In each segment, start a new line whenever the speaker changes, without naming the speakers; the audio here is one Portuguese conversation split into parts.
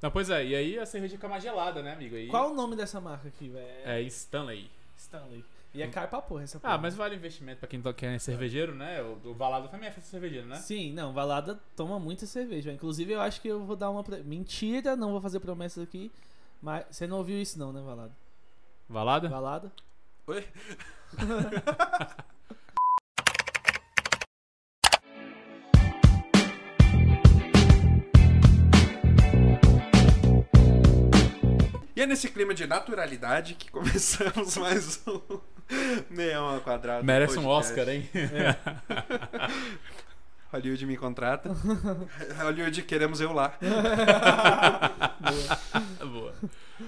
Não, pois é, e aí a cerveja fica mais gelada, né, amigo? Aí
Qual o nome dessa marca aqui, velho?
É Stanley.
Stanley. E é caro pra porra essa porra.
Ah, mas vale o investimento pra quem to- quer cervejeiro, né? O, o Valado também é festa cervejeiro, né?
Sim, não, Valada toma muita cerveja. Inclusive, eu acho que eu vou dar uma. Pre... Mentira, não vou fazer promessas aqui. Mas você não ouviu isso, não, né, Valada?
Valada?
Valada?
Oi? E é nesse clima de naturalidade que começamos mais um Neão ao Quadrado.
Merece um
podcast.
Oscar, hein? É.
Hollywood me contrata. Hollywood, queremos eu lá.
Boa.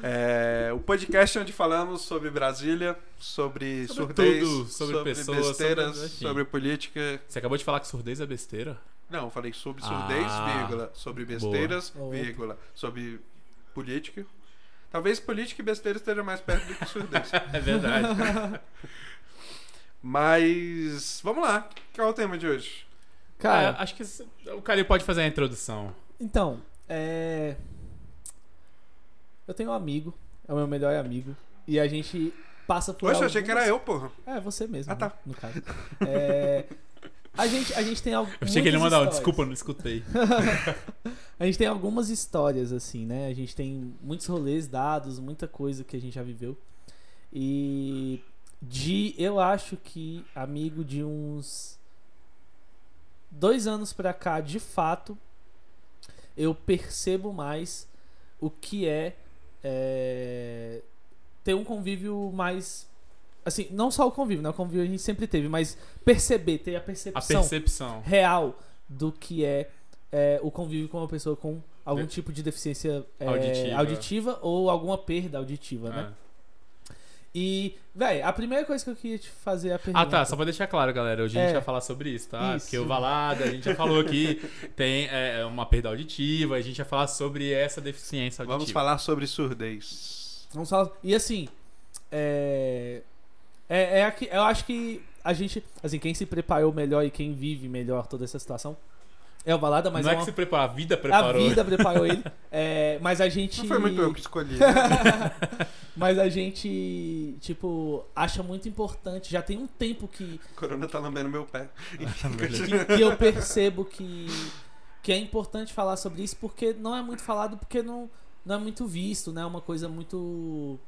É, o podcast onde falamos sobre Brasília, sobre,
Sobre
surdez,
tudo, sobre pessoas,
besteiras,
sobre- enfim.
sobre política,
Você acabou de falar que surdez é besteira?
Não, eu falei sobre
Ah,
surdez, vírgula. Sobre besteiras,
Boa.
vírgula. Sobre política. Talvez política e besteira estejam mais perto do que surdez.
É verdade.
Mas vamos lá. Qual é o tema de hoje?
Cara,
É, acho que esse- o Calil pode fazer a introdução.
É, então, é. Eu tenho um amigo, é o meu melhor amigo. E a gente passa por.
Poxa, eu achei que era
algumas-
eu, porra.
É, você mesmo.
Ah, tá.
né, No caso. É, A gente, a gente tem algo.
Eu achei que ele ia mandar um desculpa, eu não escutei.
A gente tem algumas histórias, assim, né? A gente tem muitos rolês dados, muita coisa que a gente já viveu. E de, eu acho que, amigo, de uns dois anos pra cá, de fato, eu percebo mais o que é, é, ter um convívio mais. Assim, não só o convívio, né? O convívio a gente sempre teve, mas perceber, ter a
A
percepção
percepção.
real do que é, é, o convívio com uma pessoa com algum
De-
tipo de deficiência é,
Né? Auditiva. Ah.
auditiva. ou alguma perda auditiva, né? E, véi, a primeira coisa que eu queria te fazer é a
Ah,
pergunta.
tá. Só pra deixar claro, galera. Hoje a gente
É.
vai falar sobre isso, tá?
Isso.
Porque o Valada, a gente já falou aqui, tem é, uma perda auditiva. A gente vai falar sobre essa deficiência auditiva.
Vamos falar sobre surdez.
Vamos falar. E assim, é. É, é aqui, eu acho que a gente. Assim, quem se preparou melhor e quem vive melhor toda essa situação é o Balada, mas
não
é
é que
uma-
se preparou, a vida
a
preparou. É,
vida preparou ele. É, mas a gente.
Não foi muito eu que escolhi. Né?
Mas a gente, tipo, acha muito importante. Já tem um tempo que
O corona tá lambendo meu pé.
que, que eu percebo que, que é importante falar sobre isso porque não é muito falado, porque não, não é muito visto, né? É uma coisa muito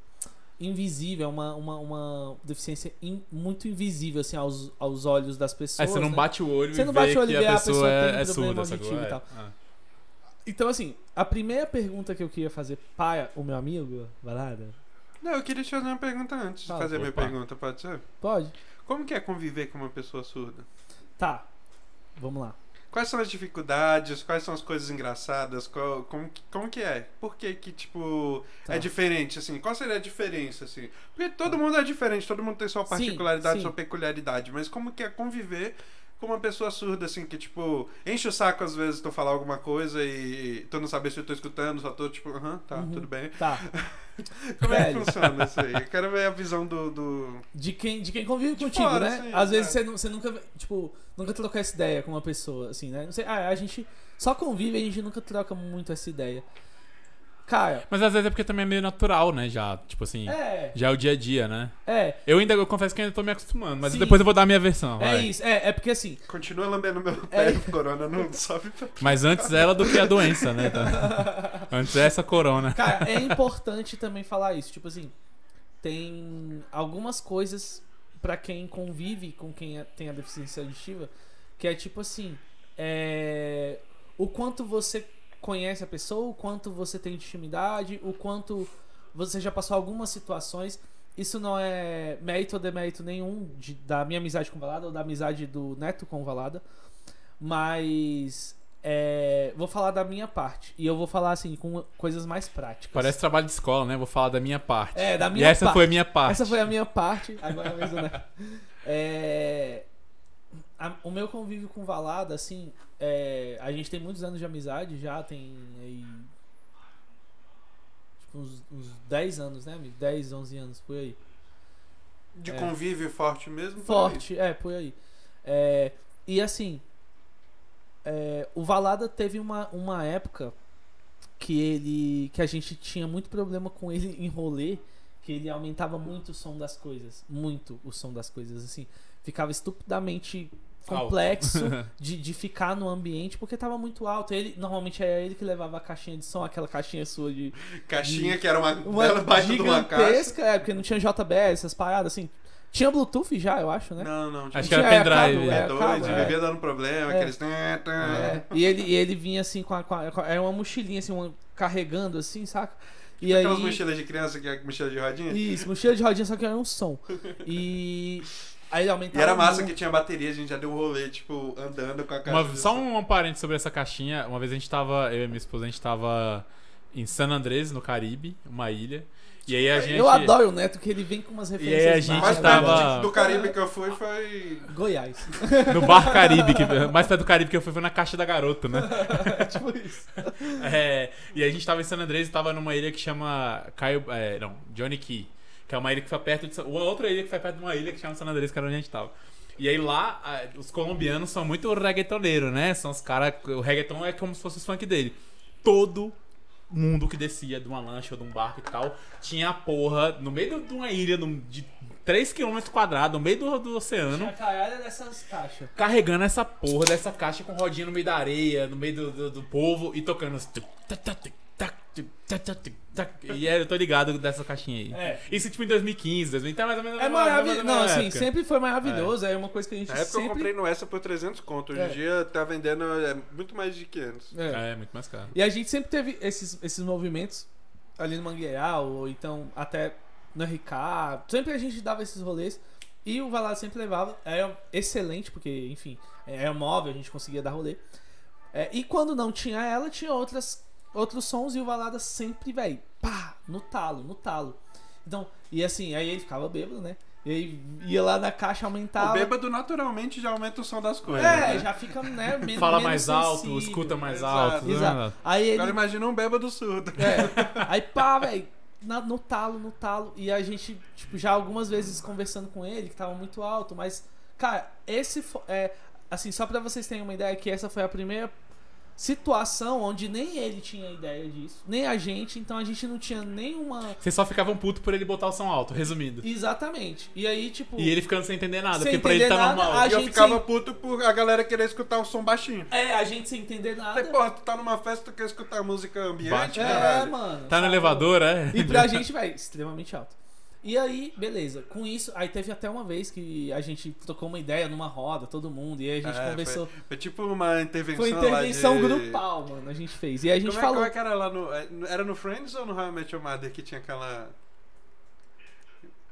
invisível, é uma, uma, uma deficiência in- muito invisível assim, aos, aos olhos das pessoas.
Aí você não
né?
bate o olho
Você
e
não
vê
bate o olho
que
e
a
vê, a
pessoa,
pessoa
é,
tem um
é
problema
surda,
auditivo
sacou?
e
É.
tal.
Ah.
Então, assim, a primeira pergunta que eu queria fazer para o meu amigo, Valada,
Não, eu queria te fazer uma pergunta antes de
Fala.
fazer a minha
Opa.
pergunta, pode ser?
pode?
Como que é conviver com uma pessoa surda?
Tá, vamos lá.
Quais são as dificuldades? Quais são as coisas engraçadas? Qual- como, que- como que é? Por que que, tipo,
Tá.
é diferente, assim? Qual seria a diferença, assim? Porque todo mundo é diferente, todo mundo tem sua
Sim,
particularidade,
sim.
sua peculiaridade. Mas como que é conviver com uma pessoa surda, assim, que, tipo, enche o saco às vezes tu falar alguma coisa e tu não saber se eu tô escutando, só tô, tipo, aham, tá,
Uhum.
tudo bem.
Tá.
Como é que
Velho.
funciona isso aí? Eu quero ver a visão do... do...
De quem, de quem convive contigo,
fora,
né?
sim,
Às vezes
é.
você, nu- você nunca, tipo, nunca trocou essa ideia com uma pessoa, assim, né? Não sei, ah, a gente só convive e a gente nunca troca muito essa ideia. Cara,
Mas às vezes é porque também é meio natural, né? Já, tipo assim,
é,
já é o dia a dia, né?
é,
Eu ainda, eu confesso que ainda tô me acostumando, mas
Sim.
depois eu vou dar a minha versão.
é
vai.
isso, é, é porque assim,
Continua lambendo meu pé,
É.
corona, não sobe pra...
Mas antes ela do que a doença, né? antes é essa corona.
cara, é importante também falar isso, tipo assim, tem algumas coisas pra quem convive com quem é- tem a deficiência auditiva, que é tipo assim, é, o quanto você conhece a pessoa, o quanto você tem intimidade, o quanto você já passou algumas situações. Isso não é mérito ou demérito nenhum de- da minha amizade com o Valada ou da amizade do Neto com o Valada, mas é, vou falar da minha parte e eu vou falar assim com coisas mais práticas.
Parece trabalho de escola, né? Vou falar da minha parte.
É, da
e
minha
essa
parte.
foi a minha parte.
Essa foi a minha parte. Agora é a vez do Neto. É, a- o meu convívio com Valada, assim, é, a gente tem muitos anos de amizade já, tem aí. Tipo, uns, uns 10 anos, né, amigo? 10, 11 anos, por aí.
De
É.
convívio forte mesmo?
Forte, é, por aí. É, e assim, é, o Valada teve uma, uma época que ele. que a gente tinha muito problema com ele em rolê, que ele aumentava muito o som das coisas. Muito o som das coisas, assim. Ficava estupidamente
Alto.
complexo de, de ficar no ambiente porque tava muito alto. Ele, normalmente era ele que levava a caixinha de som, aquela caixinha sua de,
Caixinha que era uma,
uma
bela baita de uma caixa.
gigantesca, é, porque não tinha JBL, essas paradas, assim. Tinha Bluetooth já, eu acho, né?
Não, não,
Acho
gente.
que era
Tinha,
pendrive,
cabo,
é
é,
doido,
cabo, é.
devia dando problema,
É.
aqueles.
É, E ele, e ele vinha assim com a, com a- com a- Era uma mochilinha, assim, uma- carregando assim, saca? E aí.
Aquelas mochilas de criança que é mochila de rodinha.
Isso, mochila de rodinha, só que era um som. E. Aí ele aumentava.
E era massa que
muito.
tinha bateria, a gente já deu um rolê, tipo, andando com a caixa.
Uma-
de
só
som.
um, um parente sobre essa caixinha. Uma vez a gente tava, eu e minha esposa, a gente tava em San Andrés, no Caribe, uma ilha. E aí a gente.
Eu adoro o Neto, que ele vem com umas referências.
a gente
Mais
básicas.
tava-
perto de- do Caribe que eu fui foi.
Goiás.
No bar Caribe, que, mais perto do Caribe que eu fui, foi na caixa da garota, né?
tipo isso.
É, e a gente tava em San Andrés e tava numa ilha que chama Caio, é, não, Johnny Key, que é uma ilha que foi perto de Sa- uma outra ilha que foi perto de uma ilha que chama San Andrés, que era onde a gente tava. E aí lá, a- os colombianos são muito reggaetoneiros, né? São os caras, o reggaeton é como se fosse os funk dele. Todo mundo que descia de uma lancha ou de um barco e tal, tinha a porra no meio de uma ilha num- de 3 km quadrados, no meio do, do oceano
Tinha caralho É dessas caixas.
carregando essa porra dessa caixa com rodinha no meio da areia, no meio do, do, do povo e tocando. os tuc, tac, tac, tuc, tac, tuc, tac, tac, tuc, tac. E é, eu tô ligado dessa caixinha aí.
É.
Isso tipo em 2015, 2000, tá mais ou menos.
É
mais ou menos
maravilhoso.
na
Não,
mesma
assim,
época.
sempre foi maravilhoso. É uma coisa que a gente
Na época
sempre.
eu comprei no essa por 300 conto. Hoje em
É.
dia tá vendendo é, muito mais de 500.
É.
É, é muito mais caro.
E a gente sempre teve esses, esses movimentos ali no Mangueiral, ou então até no RK. Sempre a gente dava esses rolês. E o Valado sempre levava. Era excelente, porque, enfim, era móvel, a gente conseguia dar rolê. É, e quando não tinha ela, tinha outras, outros sons e o Valada sempre, velho, pá, no talo, no talo. Então, e assim, aí ele ficava bêbado, né? E aí ia lá na caixa, aumentava.
O bêbado naturalmente já aumenta o som das coisas.
É,
né?
já fica, né? men-
Fala
menos
mais alto,
sensível.
escuta mais
Exato.
alto. né?
Exato. Aí ele
Agora imagina um bêbado surdo.
é. Aí pá, velho. na- No talo, no talo. E a gente, tipo, já algumas vezes conversando com ele, que tava muito alto, mas, cara, esse fo- é Assim, só pra vocês terem uma ideia, que essa foi a primeira situação onde nem ele tinha ideia disso, nem a gente, então a gente não tinha nenhuma.
Vocês só ficavam puto por ele botar o som alto, resumindo.
Exatamente. E aí, tipo.
E ele ficando sem entender nada,
Sem
porque pra ele tá
entender nada,
normal.
a
e eu
gente
ficava
sem-
puto por a galera querer escutar um som baixinho.
É, a gente sem entender nada.
É,
Falei, porra, tu tá numa festa, tu quer escutar música ambiente,
Baixa.
é,
caralho?
mano.
Tá no
sabe?
elevador, é?
E
Né?
pra gente, velho, extremamente alto. E aí, beleza. Com isso, aí teve até uma vez que a gente tocou uma ideia numa roda, todo mundo, e aí a gente
É,
conversou.
Foi, foi tipo uma intervenção
Foi, intervenção
lá de...
grupal, mano, a gente fez. E aí a gente
como, é,
falou.
como é que era lá no... é, no- Era no Friends ou no How I Met Your Mother que tinha aquela...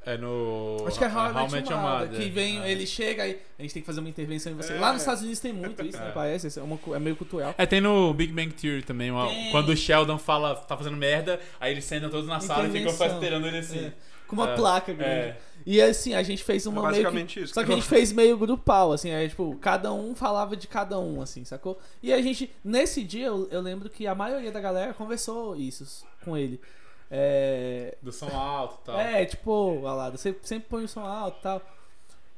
É no.
Acho que é How, I Met Your Mother,
Mother.
que vem,
É.
ele chega aí, a gente tem que fazer uma intervenção em você.
É.
Lá nos Estados Unidos tem muito isso, né?
É.
Parece, isso é, uma cu- é meio cultural.
É, tem no Big Bang Theory também, uma-
Tem.
quando o Sheldon fala, tá fazendo merda, aí eles sentam todos na sala e ficam
Intervenção.
esperando ele assim.
É, com uma
É,
placa grande.
É,
E assim, a gente fez uma
Era
meio que-
basicamente isso.
Só que a gente fez meio grupal, assim, aí, tipo, cada um falava de cada um, assim, sacou? E a gente, nesse dia, eu, eu lembro que a maioria da galera conversou isso com ele. É,
do som alto e tal.
é tipo, Alada, você sempre põe o som alto e tal.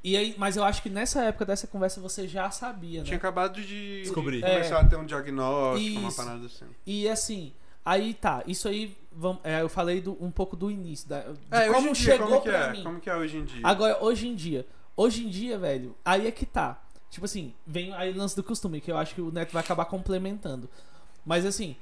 E aí, mas eu acho que nessa época dessa conversa você já sabia,
Tinha
né?
acabado de
Descobri.
começar a ter um diagnóstico, uma
Isso.
parada assim.
E assim, aí tá, isso aí, vam- é, eu falei do- um pouco do início, da, de
É, hoje em
como
dia,
chegou
como que
pra
é?
mim.
Como que é hoje em dia?
Agora, hoje em dia. Hoje em dia, velho, aí é que tá. Tipo assim, vem aí o lance do costume, que eu acho que o Neto vai acabar complementando. Mas assim,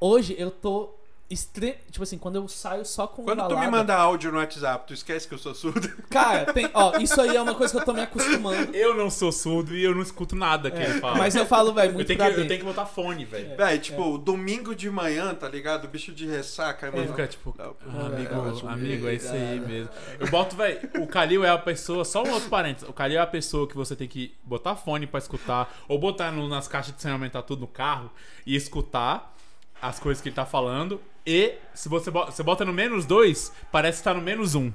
hoje eu tô. Extre... Tipo assim, quando eu saio só com
Quando tu
balada-
me manda áudio no WhatsApp, tu esquece que eu sou surdo?
Cara, tem... ó, isso aí é uma coisa que eu tô me acostumando.
Eu não sou surdo e eu não escuto nada
É,
que ele fala.
É. Mas eu falo, velho,
eu,
muito
tenho que,
pra
eu
dentro.
tenho que botar fone,
É,
velho.
Véi, tipo, domingo de manhã, tá ligado? O bicho de
É.
ressaca,
Ele
mano.
fica tipo,
Não, é,
"Ah, amigo,
não, não,
amigo, é isso aí mesmo. Eu boto, velho, o Calil é a pessoa, só um outro parênteses, o Calil é a pessoa que você tem que botar fone pra escutar, ou botar no- nas caixas de som, aumentar tudo no carro e escutar as coisas que ele tá falando. E se você bota, você bota no menos dois, parece que tá no menos um.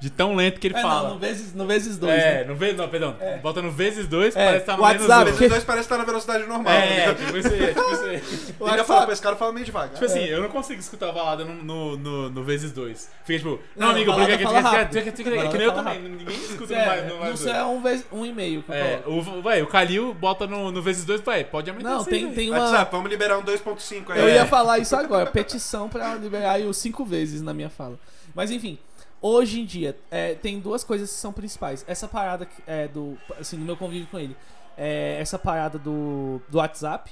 De tão lento que ele
É,
fala.
não, no vezes, no vezes dois,
é,
né?
no vez, não, perdão. Bota no vezes dois,
É,
parece que tá no
WhatsApp,
menos
Esses dois parecem estar na velocidade normal.
É,
É.
tipo isso aí, é tipo isso aí.
E ainda fala, pô, esse cara fala meio devagar.
Tipo
É.
assim, eu não consigo escutar a balada no, no, no, no vezes dois. Fica tipo, não,
Não,
amigo,
balada
briga aqui,
fala
briga
rápido.
aqui, briga aqui, briga aqui. Que
Balada
nem eu
fala
também, ninguém escuta no mais-
É,
no
não
mais
sei,
dois.
é um, vez, um e-mail que eu
É,
coloco.
o, Então, vai, o Calil bota no, no vezes dois, vai, pode aumentar
Não,
isso aí,
tem,
velho.
tem uma.
WhatsApp, vamos liberar um 2.5 aí.
Eu
É.
ia falar isso agora, petição pra liberar eu cinco vezes na minha fala. Mas enfim, hoje em dia, é, tem duas coisas que são principais. Essa parada que- é, do. Assim, do meu convívio com ele. É, essa parada do, do WhatsApp,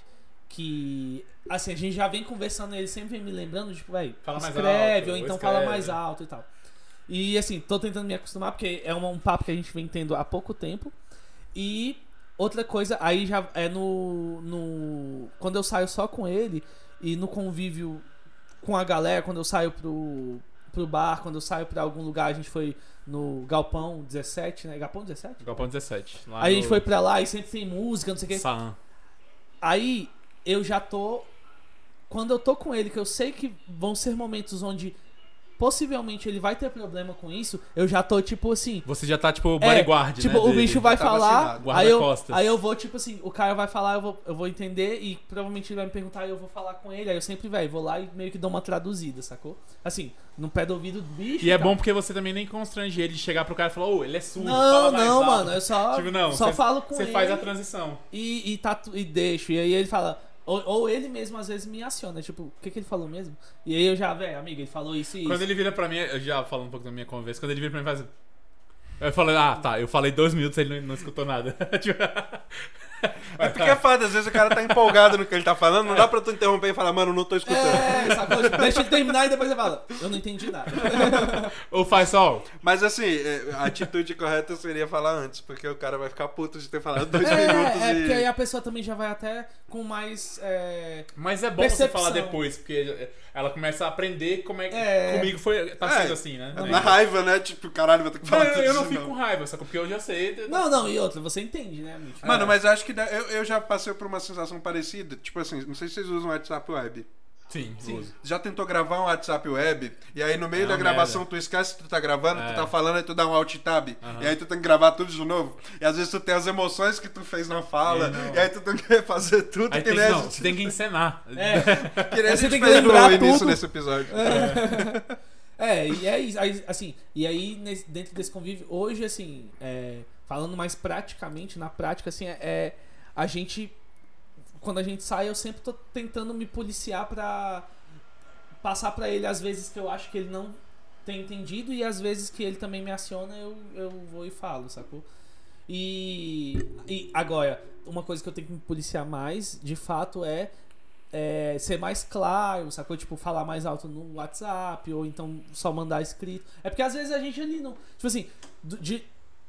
que. Assim, a gente já vem conversando, ele sempre vem me lembrando, tipo, velho,
Fala mais
escreve,
alto,
ou então
escreve.
fala mais alto e tal. E assim, tô tentando me acostumar, porque é um, um papo que a gente vem tendo há pouco tempo. E outra coisa, aí já é no, no. Quando eu saio só com ele e no convívio com a galera, quando eu saio pro, pro bar, quando eu saio pra algum lugar, a gente foi no Galpão 17, né? Galpão 17?
Galpão 17. Lá
Aí a
Ah, no
gente foi pra lá e sempre tem música, não sei o quê.
Saan.
Aí eu já tô. Quando eu tô com ele, que eu sei que vão ser momentos onde possivelmente ele vai ter problema com isso, eu já tô tipo assim.
Você já tá, tipo,
É,
bodyguard,
tipo,
né?
o
dele.
bicho vai
tá
falar,
vacinado.
aí eu,
Guarda-costas.
aí eu vou, tipo assim, o cara vai falar, eu vou, eu vou entender e provavelmente ele vai me perguntar e eu vou falar com ele. Aí eu sempre, velho, vou lá e meio que dou uma traduzida, sacou? Assim, no pé do ouvido do bicho.
E é
tá?
bom porque você também nem constrange ele de chegar pro cara e falar, ô, ele é surdo, fala
Não,
mais
não,
alto.
mano, eu só,
Tipo, não,
só
cê-
falo com
Você
ele
faz a transição.
e, e, tatu, e deixo. E aí ele fala. Ou, ou ele mesmo às vezes me aciona, tipo, o que, que ele falou mesmo? E aí eu já, velho, amigo, ele falou isso e isso.
Quando ele vira pra mim, eu já falo um pouco da minha conversa, quando ele vira pra mim e faz... Eu falei, ah, tá, eu falei dois minutos ele não, não escutou nada. Tipo,
É porque é foda, às vezes o cara tá empolgado no que ele tá falando, não dá pra tu interromper e falar, mano, não tô escutando.
É, sacou? Tipo, deixa ele terminar e depois você fala, eu não entendi nada.
Ou faz só,
Mas assim, é, a atitude correta seria falar antes, porque o cara vai ficar puto de ter falado dois minutos
É, é,
e.
porque aí a pessoa também já vai até com mais. É,
mas é bom você
Percepção.
falar depois, porque ela começa a aprender como é que
É.
comigo foi, tá
É.
sendo assim, né?
Na raiva, né? Tipo, caralho, vou ter que
Não,
falar
eu,
tudo
eu não
isso,
fico com raiva, só porque eu já sei.
Não, não, e outra, você entende, né, amigo?
Mano, mas eu acho que dá- eu, eu já passei por uma sensação parecida. Tipo assim, não sei se vocês usam WhatsApp Web.
Sim, sim.
Já tentou gravar um WhatsApp Web? E aí no meio
É
da
uma
gravação
merda.
tu esquece que tu tá gravando,
É.
tu tá falando, aí tu dá um alt tab.
Aham.
E aí tu tem que gravar tudo de novo. E às vezes tu tem as emoções que tu fez na fala.
É, não.
e aí tu tem que refazer tudo
Aí
que
tem,
nem a
não,
gente-
você tem que encenar.
É,
que nem a
Você
gente
tem que
fez no
lembrar
início
tudo.
desse episódio.
é, e é isso. Aí, assim, e aí, nesse- dentro desse convívio, hoje, assim, é, falando mais praticamente, na prática, assim, é. A gente. Quando a gente sai, eu sempre tô tentando me policiar pra passar pra ele as vezes que eu acho que ele não tem entendido e as vezes que ele também me aciona, eu, eu vou e falo, sacou? E, e agora, uma coisa que eu tenho que me policiar mais, de fato, é, é ser mais claro, sacou? Tipo, falar mais alto no WhatsApp, ou então só mandar escrito. É porque às vezes a gente ali não. Tipo assim, do- de.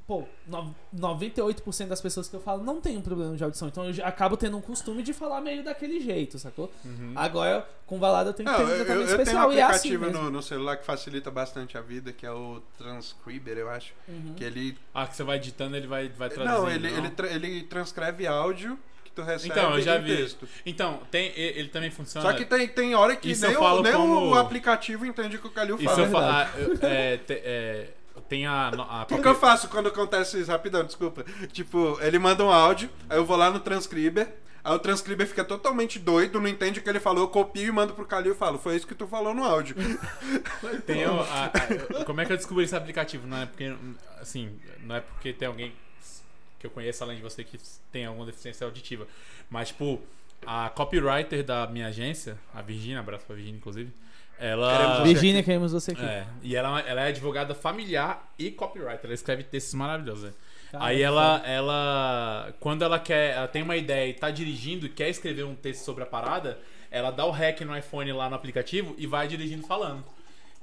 Pô, no- 98% das pessoas que eu falo não tem um problema de audição, então eu já acabo tendo um costume de falar meio daquele jeito, sacou?
Hum. Uhum.
Agora, com balada eu tenho que ter
Não,
um
eu,
tratamento
eu- eu tenho um
especial e é assim.
aplicativo
né?
Mesmo.
no, no celular que facilita bastante a vida, que é o Transcriber, eu acho.
Uhum.
Que ele.
Ah, que você vai digitando, ele vai, vai traduzindo.
Não, ele, ele, tra- ele transcreve áudio que tu recebe
Então, eu já
em
vi.
texto.
Então, tem, e- ele também funciona.
Só que tem, tem hora que
Isso
nem,
eu
o,
falo
nem
como-
o aplicativo entende o que o Calil
E se
fala.
eu falar. eu- é, te- é, tem a. no- a
O que eu faço quando acontece isso? Rapidão, desculpa. Tipo, ele manda um áudio, aí eu vou lá no transcriber, aí o transcriber fica totalmente doido, não entende o que ele falou, eu copio e mando pro Calil e falo, foi isso que tu falou no áudio.
Uhum. tem o- a- a- como é que eu descobri esse aplicativo? Não é porque. Assim, não é porque tem alguém que eu conheço além de você que tem alguma deficiência auditiva. Mas, tipo, a copywriter da minha agência, a Virginia, abraço pra Virginia, inclusive. Ela.
Queremos
Virgínia, queremos você aqui.
É, e ela, ela é advogada familiar e copywriter. Ela escreve textos maravilhosos, né?
Caramba,
Aí ela, ela. Quando ela quer. Ela tem uma ideia e tá dirigindo e quer escrever um texto sobre a parada, ela dá o rec no iPhone lá no aplicativo e vai dirigindo falando.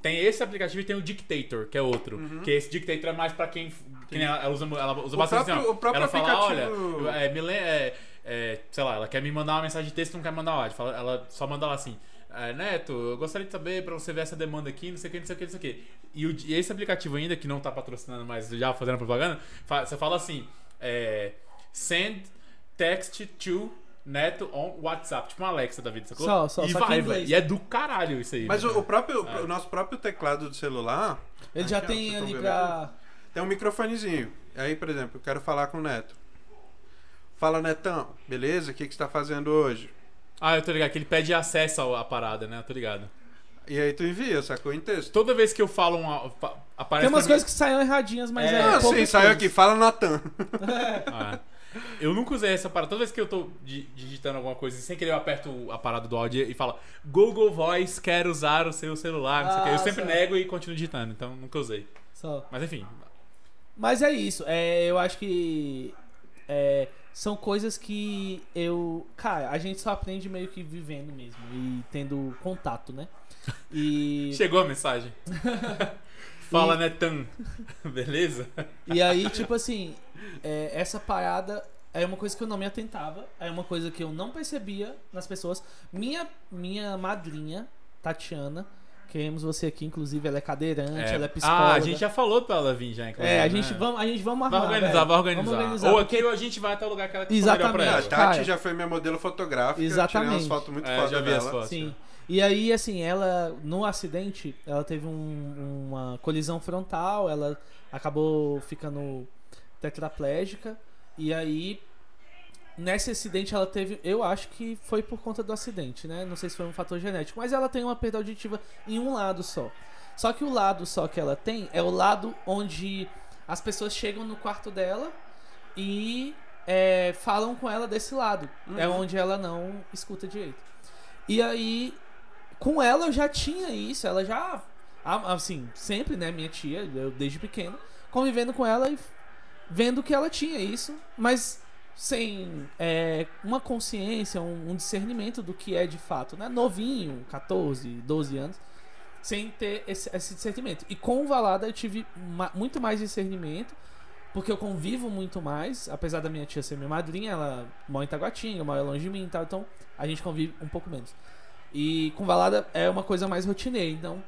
Tem esse aplicativo e tem o Dictator, que é outro. Que esse Dictator é mais pra quem. que nem ela, ela usa, ela usa
Uhum. O
bastante
próprio-
assim, ó.
o próprio
Ela fala,
aplicativo-
olha, é, me lem- é, é, sei lá, ela quer me mandar uma mensagem de texto não quer mandar áudio. Fala- Ela só manda lá assim. "É, Neto, eu gostaria de saber pra você ver essa demanda aqui, não sei o que, não sei o que, não sei o que. E, o- e esse aplicativo ainda, que não tá patrocinando, mas já fazendo propaganda, fa- você fala assim: é, send text to Neto on WhatsApp, tipo uma Alexa da vida, sacou?
Só- só-
e
só que em
vai,
inglês.
velho. E é do caralho isso aí.
Mas
né?
o, o próprio, o nosso próprio teclado do celular
Ele já
Aqui, ó,
tem
vocês
ali
tão
pra.
tem um microfonezinho. Aí, por exemplo, eu quero falar com o Neto. Fala, Netão, beleza? O que, que você tá fazendo hoje?
Ah, eu tô ligado, que ele pede acesso ao- à parada, né? Eu tô ligado.
E aí tu envia, sacou? Em texto.
Toda vez que eu falo uma. pa- Aparece
Tem umas
pra
coisas que saíram erradinhas, mas
É.
é.
ah, sim,
poucas
saiu
coisas.
aqui. Fala, Natan.
mim- Ah, Eu nunca usei essa parada. Toda vez que eu tô di- digitando alguma coisa, sem querer eu aperto a parada do áudio e fala Google Voice quer usar o seu celular, não sei o quê. Eu
Ah,
sempre
só.
nego e continuo digitando, então nunca usei.
Só.
Mas enfim,
Mas é isso. É, eu acho que. é, são coisas que eu. Cara, a gente só aprende meio que vivendo mesmo. E tendo contato, né? E.
chegou a mensagem. Fala, Netan. Beleza?
E aí, tipo assim, é, essa parada é uma coisa que eu não me atentava, é uma coisa que eu não percebia nas pessoas. Minha, minha madrinha, Tatiana, queremos você aqui, inclusive, ela é cadeirante, ela é psicóloga.
Ah, a gente já falou pra ela vir já, inclusive.
É, a
né?
gente, vamos, a gente vamos
Vai
armar,
organizar,
velho.
vai organizar.
Vamos
Ou
porque-
aqui ou a gente vai até o lugar que ela for melhor pra
Exatamente.
ela.
a
É,
Tati
cara.
já foi minha modelo fotográfica. Eu tirei
Exatamente.
umas fotos muito
É,
fodas
já vi as
dela.
fotos.
Sim. E aí, assim, ela, no acidente, ela teve um- uma colisão frontal, ela acabou ficando tetraplégica. E aí, nesse acidente, ela teve. Eu acho que foi por conta do acidente, né? Não sei se foi um fator genético, mas ela tem uma perda auditiva em um lado só. Só que o lado só que ela tem é o lado onde as pessoas chegam no quarto dela e é, falam com ela desse lado. É onde ela não escuta direito. E aí, com ela eu já tinha isso, ela já. a- Assim, sempre, né? Minha tia, eu desde pequeno, convivendo com ela e vendo que ela tinha isso, mas sem é, uma consciência, um, um discernimento do que é de fato, né? Novinho, 14, 12 anos, sem ter esse, esse discernimento. E com o Valada eu tive ma- muito mais discernimento, porque eu convivo muito mais, apesar da minha tia ser minha madrinha, ela mora em Taguatinga, mora longe de mim e tal, então a gente convive um pouco menos. E com Valada é uma coisa mais rotineira, então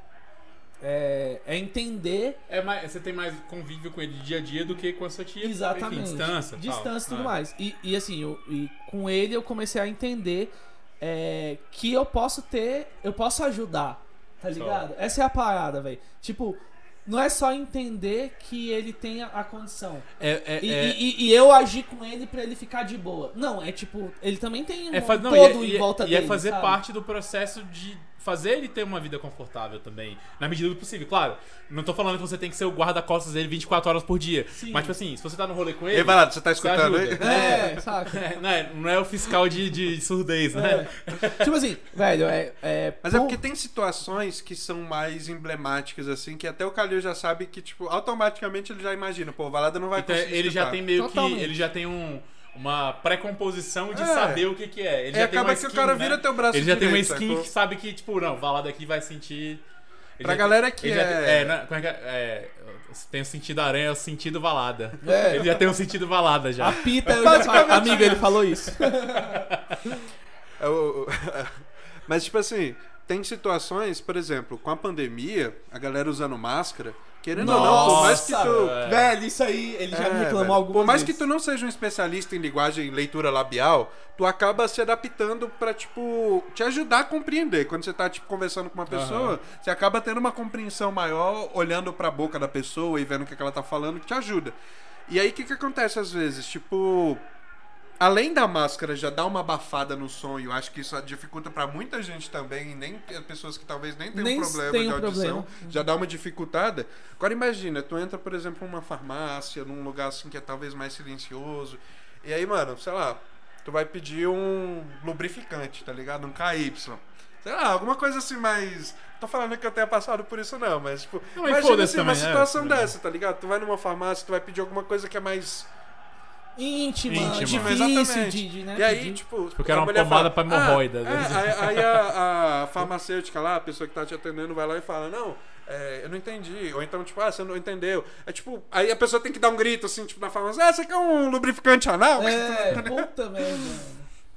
é, é entender
É mais, você tem mais convívio com ele de dia a dia do que com a sua tia. Enfim,
Exatamente.
distância. tal.
Distância e tudo
Ah.
mais. E, e assim, eu- e com ele eu comecei a entender é, que eu posso ter, eu posso ajudar, tá ligado? Essa é a parada, velho. Tipo, não é só entender que ele tem a, a condição.
É, é,
E,
é-
e- e eu agir com ele pra ele ficar de boa. Não, é tipo, ele também tem um
é faz- não,
todo
e é-
em volta
e é
dele.
fazer
sabe?
parte do processo de fazer ele ter uma vida confortável também, na medida do possível. Claro, não tô falando que você tem que ser o guarda-costas dele 24 horas por dia.
Sim.
Mas, tipo assim, se você tá no rolê com ele.
Ei, Balado, você tá
você
escutando aí?
ajuda.
É, saca?
É, não, é, não é o fiscal de, de surdez, né?
É. Tipo assim, velho, é. é
Mas é
pô-
porque tem situações que são mais emblemáticas, assim, que até o Calil já sabe que, tipo, automaticamente ele já imagina, pô, o Valada não vai tá.
Então
conseguir
ele já
escutar.
tem meio
Totalmente.
que. Ele já tem um, uma pré-composição de
É.
saber o que, que é. Ele
É,
já tem
acaba
uma
que o
skin,
cara
né?
vira teu braço
Ele já tem uma
direito,
skin
sacou?
que sabe que, tipo, não, vai lá daqui vai sentir. Ele
Pra
já-
galera que
ele já tem-
é-
é, né, como é, que é, É, tem o sentido aranha, é o sentido valada.
É.
Ele já tem um sentido valada já.
Ah,
Pita, eu já falo, amigo, ele falou isso.
É o- o- Mas, tipo assim, tem situações, por exemplo, com a pandemia, a galera usando máscara, querendo ou não, por mais que
Nossa,
tu.
É.
Velho, isso aí, ele já
É,
me
velho.
reclamou algumas
Por mais que
vezes.
tu não seja um especialista em linguagem e leitura labial, tu acaba se adaptando pra, tipo, te ajudar a compreender. Quando você tá, tipo, conversando com uma pessoa, você acaba tendo uma compreensão maior, olhando pra boca da pessoa e vendo o que, que ela tá falando, que te ajuda. E aí, o que que acontece às vezes? Tipo, além da máscara já dá uma abafada no som, e eu acho que isso dificulta pra muita gente também, e nem pessoas que talvez nem tenham um
Nem
problema
tenham
de audição,
problema.
já dá uma dificultada. Agora imagina, tu entra, por exemplo, numa farmácia, num lugar assim que é talvez mais silencioso, e aí, mano, sei lá, tu vai pedir um lubrificante, tá ligado? Um KY. Sei lá, alguma coisa assim, mas. Tô falando que eu tenha passado por isso, não, mas, tipo.
Não, mas
imagina
foda-se
assim, uma
também, né?
situação dessa, tá ligado? Tu vai numa farmácia, tu vai pedir alguma coisa que é mais
Íntima,
Íntima.
difícil
Exatamente.
de, de, né?
E aí,
de-
tipo.
Tipo, eu quero
a
uma
mulher
pomada pra hemorroida. né?"
Ah, é, aí aí a, a farmacêutica lá, a pessoa que tá te atendendo, vai lá e fala: Não, é, eu não entendi. Ou então, tipo, ah, você não entendeu. É tipo, aí a pessoa tem que dar um grito, assim, tipo, na farmácia: Ah, você quer um lubrificante anal?
É, puta merda.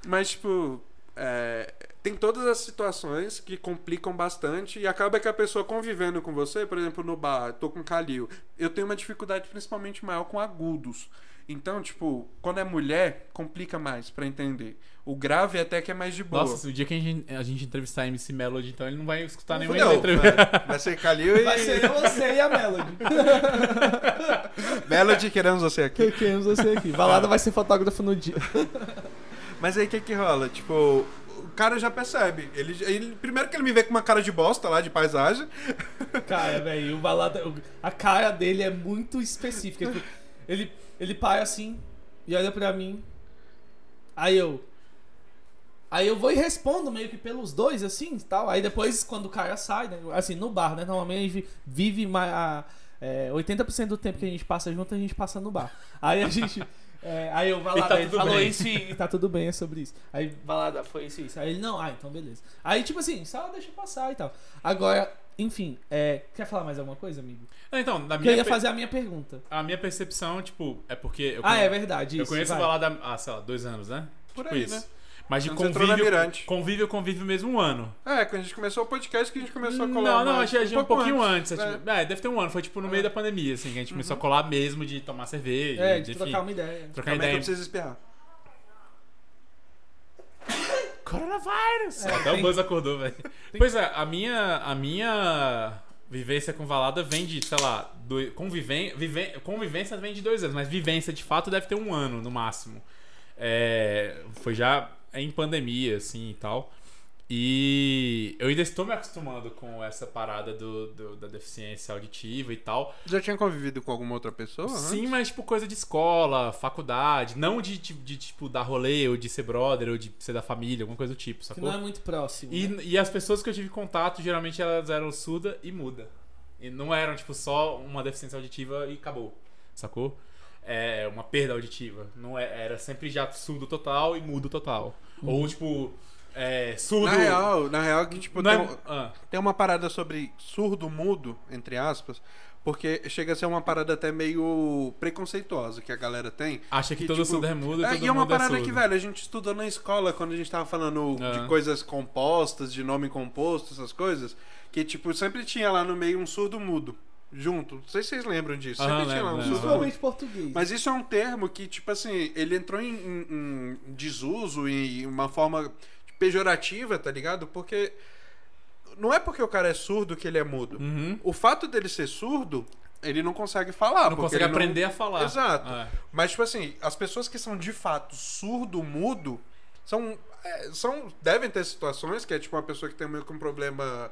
Mas, tipo, é, tem todas as situações que complicam bastante e acaba que a pessoa convivendo com você, por exemplo, no bar, tô com calil. Eu tenho uma dificuldade principalmente maior com agudos. Então, tipo, quando é mulher, complica mais pra entender. O grave até que é mais de boa.
Nossa, se o dia que a gente, a gente entrevistar a MC Melody, então ele não vai escutar nenhuma
não, É.
entrevista.
vai, vai ser Calil e
Vai ser eu, você e a Melody.
Melody, queremos você aqui.
que queremos você aqui. Valada vai ser fotógrafo no dia.
Mas aí o que que rola? Tipo, o cara já percebe. Ele, ele- primeiro que ele me vê com uma cara de bosta lá, de paisagem.
Cara, velho, o Valada. o- A cara dele é muito específica. Tipo, Ele, ele para assim e olha pra mim. Aí eu. Aí eu vou e respondo meio que pelos dois, assim tal. Aí depois, quando o cara sai, né, assim, no bar, né? Normalmente a gente vive mais. a- é, 80% do tempo que a gente passa junto, a gente passa no bar. Aí a gente. é, aí eu, Valada,
tá
ele
tudo
falou
bem.
isso e tá tudo bem, é sobre isso. Aí, Valada, foi isso e isso. Aí ele, não, ah, então beleza. Aí, tipo assim, só deixa passar e tal. Agora, enfim, é, quer falar mais alguma coisa, amigo?
Ah, Então, na
Porque eu
minha,
ia
pe-
fazer a minha pergunta.
a minha percepção, tipo, é porque. Eu
Ah,
conhe-
é verdade.
Eu
isso,
conheço
vai.
o Balada há, sei lá, dois anos, né?
Por
Tipo
aí,
isso.
né?
Mas de
Quando você entrou na
convívio.
Mirante.
Convívio, convívio mesmo um ano.
É, quando a gente começou o podcast que a gente começou a colar.
Não, não,
mais-
achei achei um pouquinho antes. é,
né?
tipo, é, deve ter um ano. Foi tipo no meio da pandemia, assim, que a gente começou a colar mesmo de tomar cerveja.
É,
de,
de
enfim,
trocar uma ideia.
trocar
Calma aí que
ideia.
eu preciso espirrar.
Coronavírus!
É,
Até
tem-
o Buzz acordou, velho. Pois é, a minha, a minha vivência com Valada vem de, sei lá, do, conviven, vive, convivência vem de dois anos, mas vivência de fato deve ter um ano no máximo. É, foi já em pandemia, assim e tal. E eu ainda estou me acostumando com essa parada do, do- da deficiência auditiva e tal.
Já tinha convivido com alguma outra pessoa? né?
Sim, mas tipo coisa de escola, faculdade, não de, tipo- de, tipo dar rolê ou de ser brother ou de ser da família, alguma coisa do tipo,
Que
sacou?
não é muito próximo. né?
E, e as pessoas que eu tive contato, geralmente elas eram surda e muda. E não eram, tipo, só uma deficiência auditiva e acabou. Sacou? É uma perda auditiva. Não é- era sempre já surdo total e mudo total. Ou, tipo, é, surdo.
Na real, na real que tipo
não é-
tem, um-
ah,
tem uma parada sobre surdo mudo, entre aspas, porque chega a ser uma parada até meio preconceituosa que a galera tem.
acha que,
Que,
todo
tipo,
surdo é mudo e
É,
todo
e é uma
mundo
parada
surdo. É.
que, velho, a gente estudou na escola quando a gente tava falando de
Aham.
coisas compostas, de nome composto, essas coisas. Que, tipo, sempre tinha lá no meio um surdo mudo. Junto. Não sei se vocês lembram disso.
Aham,
Sempre tinha lá um
lembro,
surdo mudo.
Principalmente português.
Mas isso é um termo que, tipo assim, ele entrou em, em- em desuso e uma forma pejorativa, tá ligado? Porque. Não é porque o cara é surdo que ele é mudo.
Uhum.
O fato dele ser surdo, ele não consegue falar.
Não
Ah, porque
consegue
ele
aprender a falar.
Exato.
É.
Mas, tipo assim, as pessoas que são de fato surdo, mudo, são. é, são devem ter situações que é tipo uma pessoa que tem meio que um problema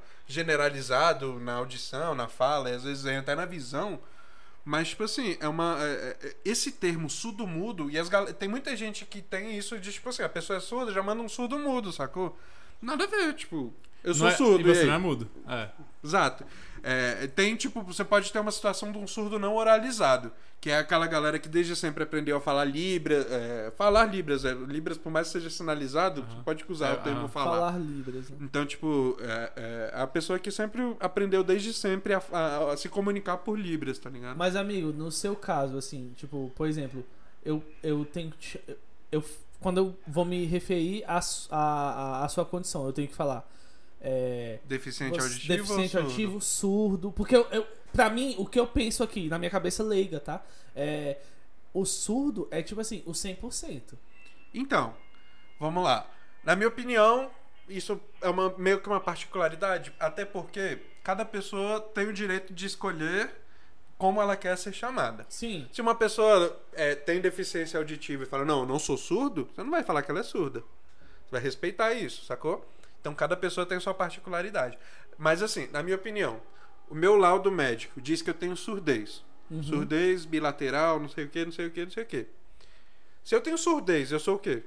generalizado na audição, na fala, e às vezes até na visão. Mas, tipo assim, é uma. é, é, esse termo surdo mudo, e as gal- tem muita gente que tem isso de, tipo assim, a pessoa é surda, já manda um surdo mudo, sacou? Nada a ver, tipo. Eu sou
Não é-
surdo.
E você
aí?
não é mudo. É.
Exato. É, tem, tipo, você pode ter uma situação de um surdo não oralizado, que é aquela galera que desde sempre aprendeu a falar Libras. falar Libras, é, Libras, por mais que seja sinalizado, você pode usar
É,
o termo
aham.
falar.
falar libras. Né?
Então, tipo, é, é, a pessoa que sempre aprendeu desde sempre a, a- a se comunicar por Libras, tá ligado?
Mas, amigo, no seu caso, assim, tipo, por exemplo, eu, eu tenho que. te- Eu, quando eu vou me referir à su- à à- à sua condição, eu tenho que falar. É,
Deficiente
Você-
auditivo.
deficiente
ou surdo?
auditivo, surdo. Porque eu, eu, pra mim, o que eu penso aqui, na minha cabeça leiga, tá? É, o surdo é tipo assim, o 100%.
Então, vamos lá. Na minha opinião, isso é uma, meio que uma particularidade, até porque cada pessoa tem o direito de escolher como ela quer ser chamada.
Sim.
Se uma pessoa é, tem deficiência auditiva e fala, não, eu não sou surdo, você não vai falar que ela é surda. Você vai respeitar isso, sacou? Então cada pessoa tem sua particularidade. Mas assim, na minha opinião, o meu laudo médico diz que eu tenho surdez. Surdez bilateral, não sei o que, não sei o que, não sei o que. Se eu tenho surdez, eu sou o quê?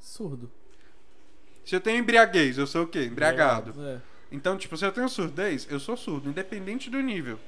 Surdo.
Se eu tenho embriaguez, eu sou o quê? Embriagado.
É.
Então, tipo, se eu tenho surdez, eu sou surdo, independente do nível.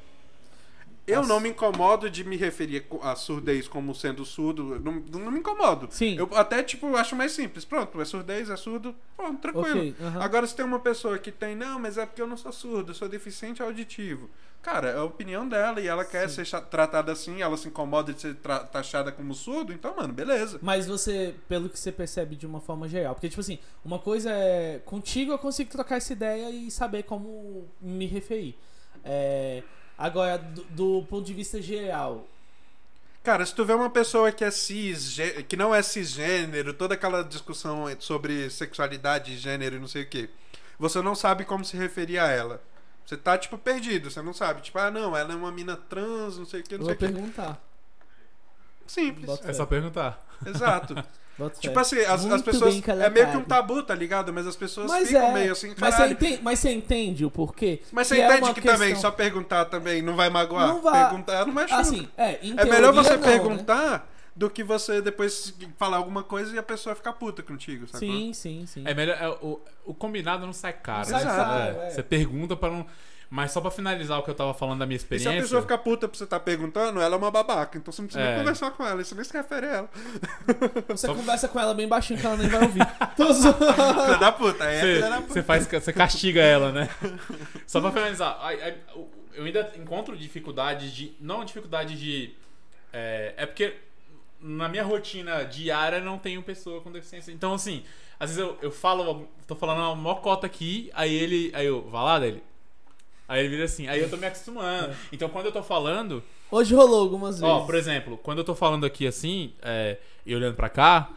Eu
Nossa.
não me incomodo de me referir co- a surdez como sendo surdo. Não, não me incomodo.
Sim.
Eu até, tipo, acho mais simples. Pronto, é surdez, é surdo. Pronto, tranquilo.
Ok, aham.
Agora, se tem uma pessoa que tem, não, mas é porque eu não sou surdo, eu sou deficiente auditivo. Cara, é a opinião dela e ela quer ser cha- tratada assim, ela se incomoda de ser tra- taxada como surdo, então, mano, beleza.
Mas você, pelo que você percebe de uma forma geral. Porque, tipo assim, uma coisa é. Contigo eu consigo trocar essa ideia e saber como me referir. É, agora, do, do ponto de vista geral.
Cara, se tu vê uma pessoa que é cis, gê- que não é cisgênero, toda aquela discussão sobre sexualidade, gênero e não sei o quê, você não sabe como se referir a ela. Você tá, tipo, perdido, você não sabe. Tipo, ah, não, ela é uma mina trans, não sei o quê,
Eu
não sei
vou
o quê.
perguntar.
Simples,
Bota
É só perguntar.
exato.
Bota fé.
tipo assim, as, as
Muito
pessoas.
bem
É meio que um
colocado.
tabu, tá ligado? Mas as pessoas
Mas
ficam
é.
meio assim,
mas, você
caralho.
entende, mas você entende o porquê?
Mas você
Que é
entende
uma
que também,
questão-
só perguntar também não vai magoar?
Não vai.
Perguntar não machuca.
Assim, é, em
é melhor
teoria,
você
não, né?
perguntar do que você depois falar alguma coisa e a pessoa ficar puta contigo, sacou?
né? Sim, sim, sim.
É melhor. é, o, o combinado não sai caro.
Não sai
né?
caro,
É,
é.
Você pergunta pra não. Mas só pra finalizar o que eu tava falando da minha
E se
experiência.
a pessoa ficar puta pra você tá perguntando, ela é uma babaca. Então você não precisa
É.
nem conversar com ela, você nem se refere a ela.
Você conversa com ela bem baixinho que ela nem vai ouvir. Tô zoando.
Filha da puta, é
Você,
filha da puta.
você faz, você castiga ela, né? Só pra finalizar, ai- ai- eu ainda encontro dificuldade de. Não dificuldade de. É, é porque na minha rotina diária não tenho pessoa com deficiência. Então, assim, às vezes eu, eu falo, tô falando uma mocota aqui, aí ele. Aí eu, vai lá dele. Aí ele vira assim, aí eu tô me
É.
acostumando. Então quando eu tô falando,
Hoje rolou algumas vezes.
Ó, por exemplo, quando eu tô falando aqui assim, é, e olhando pra cá,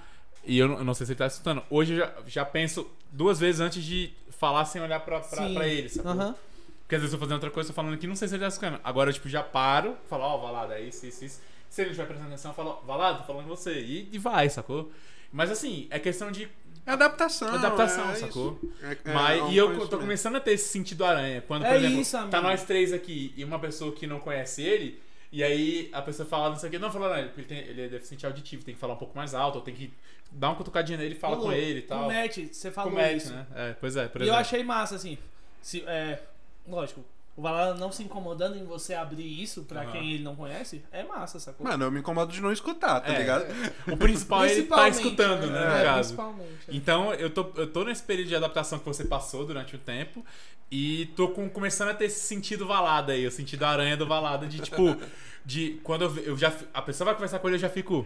e eu não, eu não sei se ele tá escutando, hoje eu já, já penso duas vezes antes de falar sem olhar pra, pra,
Sim.
pra ele, sacou?
Aham.
Porque às vezes eu tô fazendo outra coisa, tô falando aqui, não sei se ele tá escutando. Agora eu, tipo, já paro, falo, ó, Valada, é isso, isso, isso. Se ele não estiver prestando atenção, eu falo, ó, Valada, tô falando com você. E, e vai, sacou? Mas assim, é questão de
É adaptação.
adaptação,
é
sacou?
isso. É- é
mas,
um
e eu tô
conhecimento.
começando a ter esse sentido aranha. Quando, por
É
exemplo,
isso, amigo.
tá nós três aqui e uma pessoa que não conhece ele, e aí a pessoa fala não sei o que, não, falou, não, ele, tem- ele é deficiente auditivo, tem que falar um pouco mais alto, ou tem que dar uma cutucadinha nele e falar
Rolou.
com ele e tal.
Com o Matt, você falou
Comete,
isso.
né? É, pois é, por
E eu
exemplo.
achei massa, assim. Se, é, lógico, o Valhalla não se incomodando em você abrir isso pra
Aham.
quem ele não conhece, é massa, sacou?
Mano, eu me incomodo de não escutar, tá
É.
ligado?
O principal é ele tá
Principalmente,
escutando, né, no
É,
caso.
principalmente.
né?
é.
Então, eu tô, eu tô nesse período de adaptação que você passou durante o tempo e tô com- começando a ter esse sentido valada aí, o sentido aranha do valada, de tipo, de quando eu, ve- eu já. fi- A pessoa vai conversar com ele, eu já fico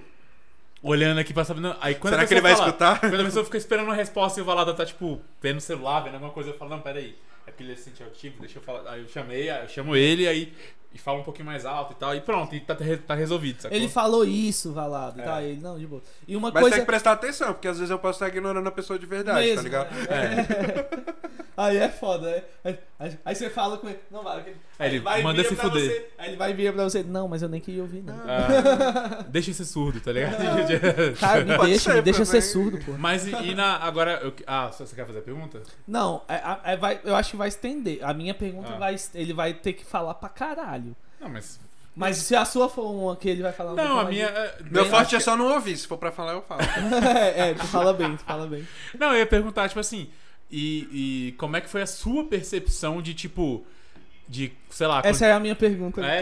olhando aqui pra saber. não, Aí quando a
Será que
pessoa
ele vai
fala-
escutar?
Quando a pessoa fica esperando uma resposta e o valada tá, tipo, vendo o celular, vendo alguma coisa, eu falo, não, peraí, é porque ele se sente autivo, deixa eu falar. Aí eu chamei, aí eu chamo ele, aí. E fala um pouquinho mais alto e tal, e pronto, e tá, re- tá resolvido, sacou?
Ele falou isso, Valado. Tá,
É.
ele, não, de boa. E uma
Mas tem
coisa.
que prestar atenção, porque às vezes eu posso estar ignorando a pessoa de verdade, tá
mesmo,
ligado?
né?
É,
Aí é foda, né? Aí- Aí, aí você fala com ele. Não, vale. que ele-
Aí ele manda
vira
se
pra
fuder.
você- aí ele vai vir pra você. Não, mas eu nem queria ouvir, não.
Ah, deixa esse surdo, tá ligado?
Cara, me
Pode
deixa,
ser
me deixa ser
também.
surdo, pô.
Mas e, e na. Agora. Eu, que- ah, você quer fazer a pergunta?
Não, é- é- é- vai- eu acho que vai estender. A minha pergunta
Ah.
vai. est- Ele vai ter que falar pra caralho.
Não, mas.
Mas se a sua for uma que ele vai falar um
Não,
pouco
a
mais-
minha. é,
Meu
bem-
forte é só não ouvir, se for pra falar eu falo.
é, é, tu fala bem, tu fala bem.
Não, eu ia perguntar, tipo assim. E, e como é que foi a sua percepção de, tipo. De, sei lá.
Essa é a minha pergunta.
quando, é,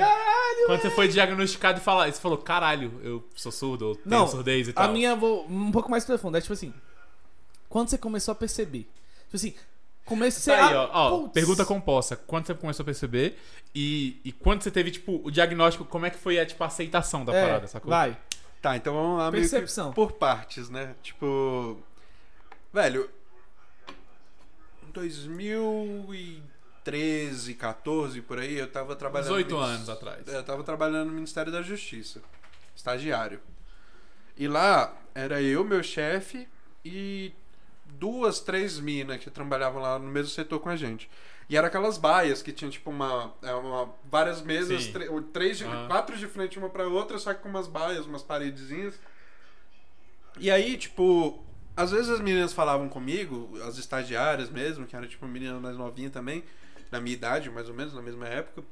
quando você foi diagnosticado e falar, você falou, caralho, eu sou surdo, eu tenho
Não,
surdez e tal.
A minha eu vou um pouco mais profunda. É tipo assim. Quando você começou a perceber? Tipo assim, comecei
Tá aí,
a.
ó, ó,
Putz.
pergunta composta. Quando você começou a perceber? E, e quando você teve, tipo, o diagnóstico, como é que foi a, tipo, a aceitação da
É,
parada, sacou?
Vai.
Tá, então vamos lá, meio que
Percepção.
por partes, né? Tipo. Velho. 2013, 14, por aí, eu tava trabalhando. no
18
minis- É,
anos atrás.
Eu tava trabalhando no Ministério da Justiça, estagiário. E lá era eu, meu chefe e duas, três minas que trabalhavam lá no mesmo setor com a gente. E era aquelas baias que tinha tipo uma, é, uma- várias mesas,
Sim.
tre- ou três, de-
Aham.
quatro de frente uma pra outra, só que com umas baias, umas paredezinhas. E aí, tipo, às vezes as meninas falavam comigo, as estagiárias mesmo, que eram tipo meninas mais novinhas também, na minha idade, mais ou menos, na mesma época.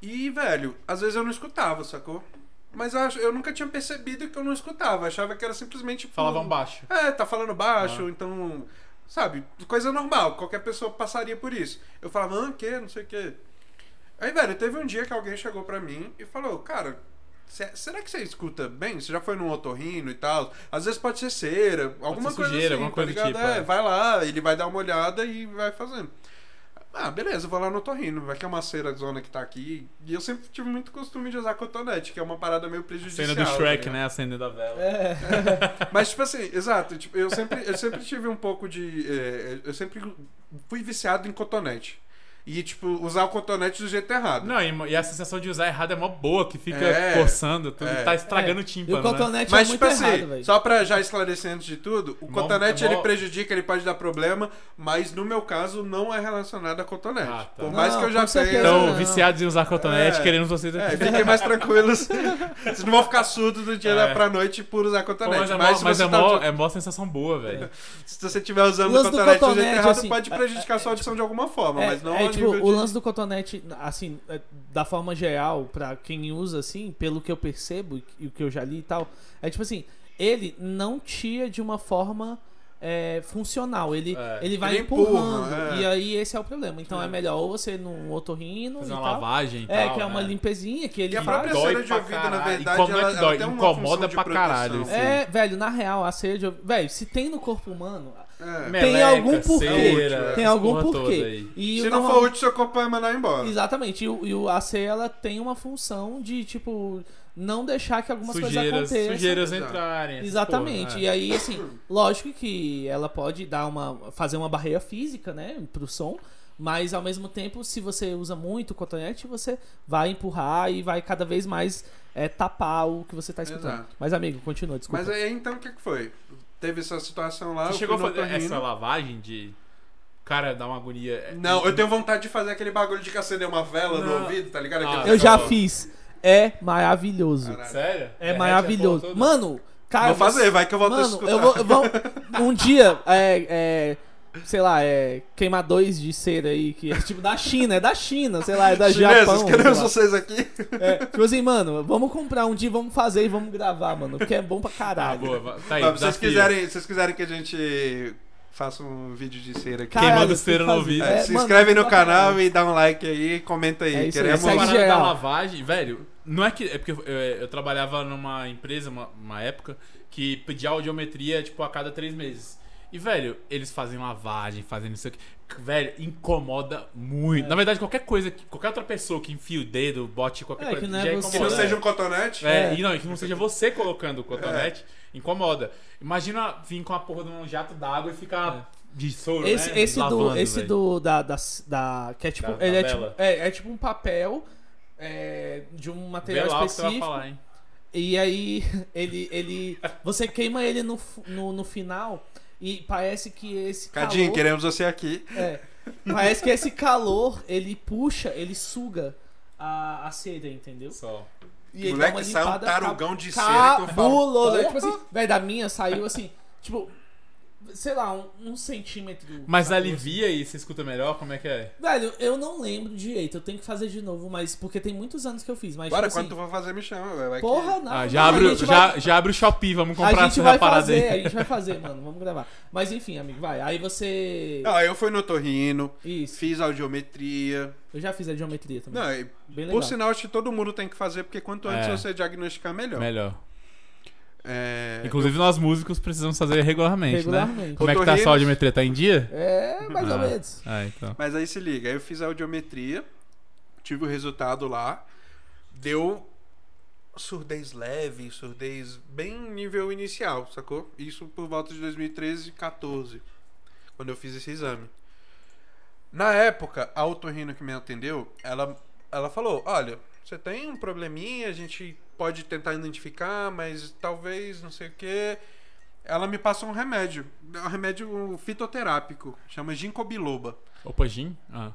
E, velho, às vezes eu não escutava, sacou? Mas eu, acho- eu nunca tinha percebido que eu não escutava, achava que era simplesmente. por-
Falavam baixo.
é, tá falando baixo,
Ah.
então. Sabe, coisa normal, qualquer pessoa passaria por isso. Eu falava, ah, que, não sei o que. Aí, velho, teve um dia que alguém chegou pra mim e falou, cara, cê- será que você escuta bem? Você já foi num otorrino e tal? Às vezes pode ser cera, alguma
ser
coisa
sujeira,
assim,
alguma
tá
coisa do
ligado?
tipo,
É,
é.
vai lá, ele vai dar uma olhada e vai fazendo. Ah, beleza, eu vou lá no otorrino, vai que é uma cera zona que tá aqui. E eu sempre tive muito costume de usar cotonete, que é uma parada meio prejudicial.
Cena do
tá
Shrek,
ligado?
né? A cena da vela.
É.
Mas, tipo assim, exato. tipo, é, eu, sempre, eu sempre tive um pouco de. eh, eu sempre fui viciado em cotonete. E, tipo, usar o cotonete do jeito errado.
Não, e, e a sensação de usar errado é mó boa, que fica
É.
coçando tudo,
É.
tá estragando o
E
tímpano,
o
né?
cotonete é
Mas,
muito
tipo assim,
errado, velho.
só pra já esclarecer antes de tudo, o
Mó-
cotonete
é mó-
ele prejudica, ele pode dar problema, mas no meu caso não é relacionado a cotonete.
Ah, tá.
Por mais
Não,
que eu já
com certeza
tenha.
Então,
Não.
viciados em usar cotonete,
É.
queremos vocês aqui.
É, fiquem mais tranquilos. Vocês não vão ficar surdos do dia
É.
pra noite por usar
Pô,
cotonete.
mas é mó,
mas se,
mas
você
é
tá-
mó, é mó sensação boa, velho.
se você estiver usando
O lance do
cotonete do jeito
cotonete,
errado,
assim,
pode prejudicar sua audição de alguma forma,
É,
mas não
é,
a
tipo,
nível
o
de-
lance do cotonete, assim, é, da forma geral, pra quem usa, assim, pelo que eu percebo e- e o que eu já li e tal, é tipo assim, ele não tira de uma forma é, funcional, ele,
É,
ele vai
ele empurra,
empurrando,
é.
e aí esse é o problema. Então é, melhor ou você num otorrino e
Fazer uma
tal,
lavagem e
é,
tal,
que é uma
né?
limpezinha que ele
E é a
faz.
própria
Dói
cera de
pra
ouvido, na
caralho.
verdade,
E como é
ela,
que
ela
dói?
tem uma
Incomoda
função de
pra caralho assim.
proteção.
esse-
É, velho, na real, a ceia de... Velho, se tem no corpo humano,
É.
Meleca,
algum porquê.
cera,
É,
tem
essa
algum
porra toda
porquê.
aí.
E
Se
normal-
não for útil, seu corpo vai mandar embora.
Exatamente, e o, e o AC ela tem uma função de, tipo, não deixar que algumas
Sujeiras,
coisas aconteçam.
sujeiras
Exato.
entrarem. essa
Exatamente.
porra,
E
é.
aí, assim, lógico que ela pode dar uma. fazer uma barreira física, né? Pro som. Mas ao mesmo tempo, se você usa muito o cotonete, você vai empurrar e vai cada vez mais é, tapar o que você tá escutando.
Exato.
Mas, amigo, continua, desculpa.
Mas aí então o que, que foi? Teve essa situação lá.
Você
eu
chegou a
fui no
fazer essa
otorrino.
lavagem de... Cara, dá uma agonia. é-
Não, eu tenho vontade de fazer aquele bagulho de que acender uma vela
Não.
no ouvido, tá ligado?
Ah,
Aquele-
Eu
Tá
já
bom.
fiz. É maravilhoso.
Caralho.
Sério?
É
Derrete a porra
maravilhoso.
toda?
Mano, cara.
Vou
você-
fazer, vai que eu volto a
Mano,
escutar.
eu vou, eu vou- Um dia, é, é, sei lá, é. Queimar dois de cera aí, que é tipo da China, é da China, sei lá, é da
Chineses,
Japão.
queremos
sei lá.
vocês aqui.
É, tipo assim, mano, vamos comprar um dia, vamos fazer e vamos gravar, mano. Porque é bom pra
Ah,
caralho.
boa. va- Tá aí,
Mas vocês
desafio.
quiserem, vocês quiserem que a gente faça um vídeo de cera aqui.
Caralho,
Queimando
tem que
cera no
fazer.
ouvido.
É,
É,
se
mano,
inscreve no
pra
canal
caralho.
e dá um like aí, comenta aí.
É isso aí,
queremos.
Essa
segue
parada da
geral.
lavagem, velho, não é que. É porque eu, eu- eu trabalhava numa empresa, uma, uma época, que pedia audiometria, tipo, a cada três meses. E, velho, eles fazem lavagem, fazendo isso aqui. Velho, incomoda
É.
muito. Na verdade, qualquer coisa, que- qualquer outra pessoa que enfia o dedo, bote qualquer
É,
coisa.
que não é
já
você.
que não
incomoda.
Foda.
seja um cotonete.
É,
É.
e não, e que não seja você colocando o cotonete, incomoda. Imagina vir com a porra de um jato d'água e ficar de soro,
É. Esse,
né?
esse do.
Lavando,
Esse
velho.
do. Da, da, da- que é tipo.
Da- da
ele é,
vela.
tipo é, é tipo um papel é, de um
Vê lá
material
o que você vai
específico.
falar, hein?
E aí ele, ele. Você queima ele no, fu- no, no final e parece que esse
Cadinho,
calor.
queremos você aqui.
É, parece que esse calor, ele puxa, ele suga a, a cera, entendeu?
Só.
E ele dá
Moleque,
uma
sai um
limpada
tarugão de cera que eu falo,
Cabuloso. É, tipo
porra.
assim, velho, da minha saiu assim, tipo, sei lá, um, um centímetro.
Mas
pra
alivia e você escuta melhor? Como é que é?
Velho, eu não lembro direito, eu tenho que fazer de novo, mas porque tem muitos anos que eu fiz, mas
Agora,
tipo
quando
assim,
tu for fazer, me chama. velho, vai que-
porra, não. é
Ah, já, abre,
a
o-
gente
já,
vai-
já abre o Shopee, vamos comprar
a gente
essa
vai
parada
fazer,
aí.
a gente vai fazer, mano, vamos gravar. Mas enfim, amigo, vai. Aí você
Ah, eu fui no Torrino,
Isso.
fiz audiometria.
Eu já fiz a geometria também.
Não, e,
Bem É legal.
por sinal, acho que todo mundo tem que fazer, porque quanto antes
É.
você diagnosticar, melhor.
Melhor.
É,
Inclusive, nós músicos precisamos fazer regularmente, né?
Regularmente.
Como é que tá a
Otorrino.
sua audiometria? Tá em dia?
É, mais
Ah.
ou menos.
Ah, então.
Mas aí se liga, aí eu fiz a audiometria, tive o resultado lá, deu surdez leve, surdez bem nível inicial, sacou? Isso por volta de 2013 e 14, quando eu fiz esse exame. Na época, a otorrino que me atendeu, ela, ela falou, olha, você tem um probleminha, a gente pode tentar identificar, mas talvez, não sei o quê... Ela me passou um remédio, um remédio fitoterápico, chama ginkgo biloba.
Opa, Jim? Ah,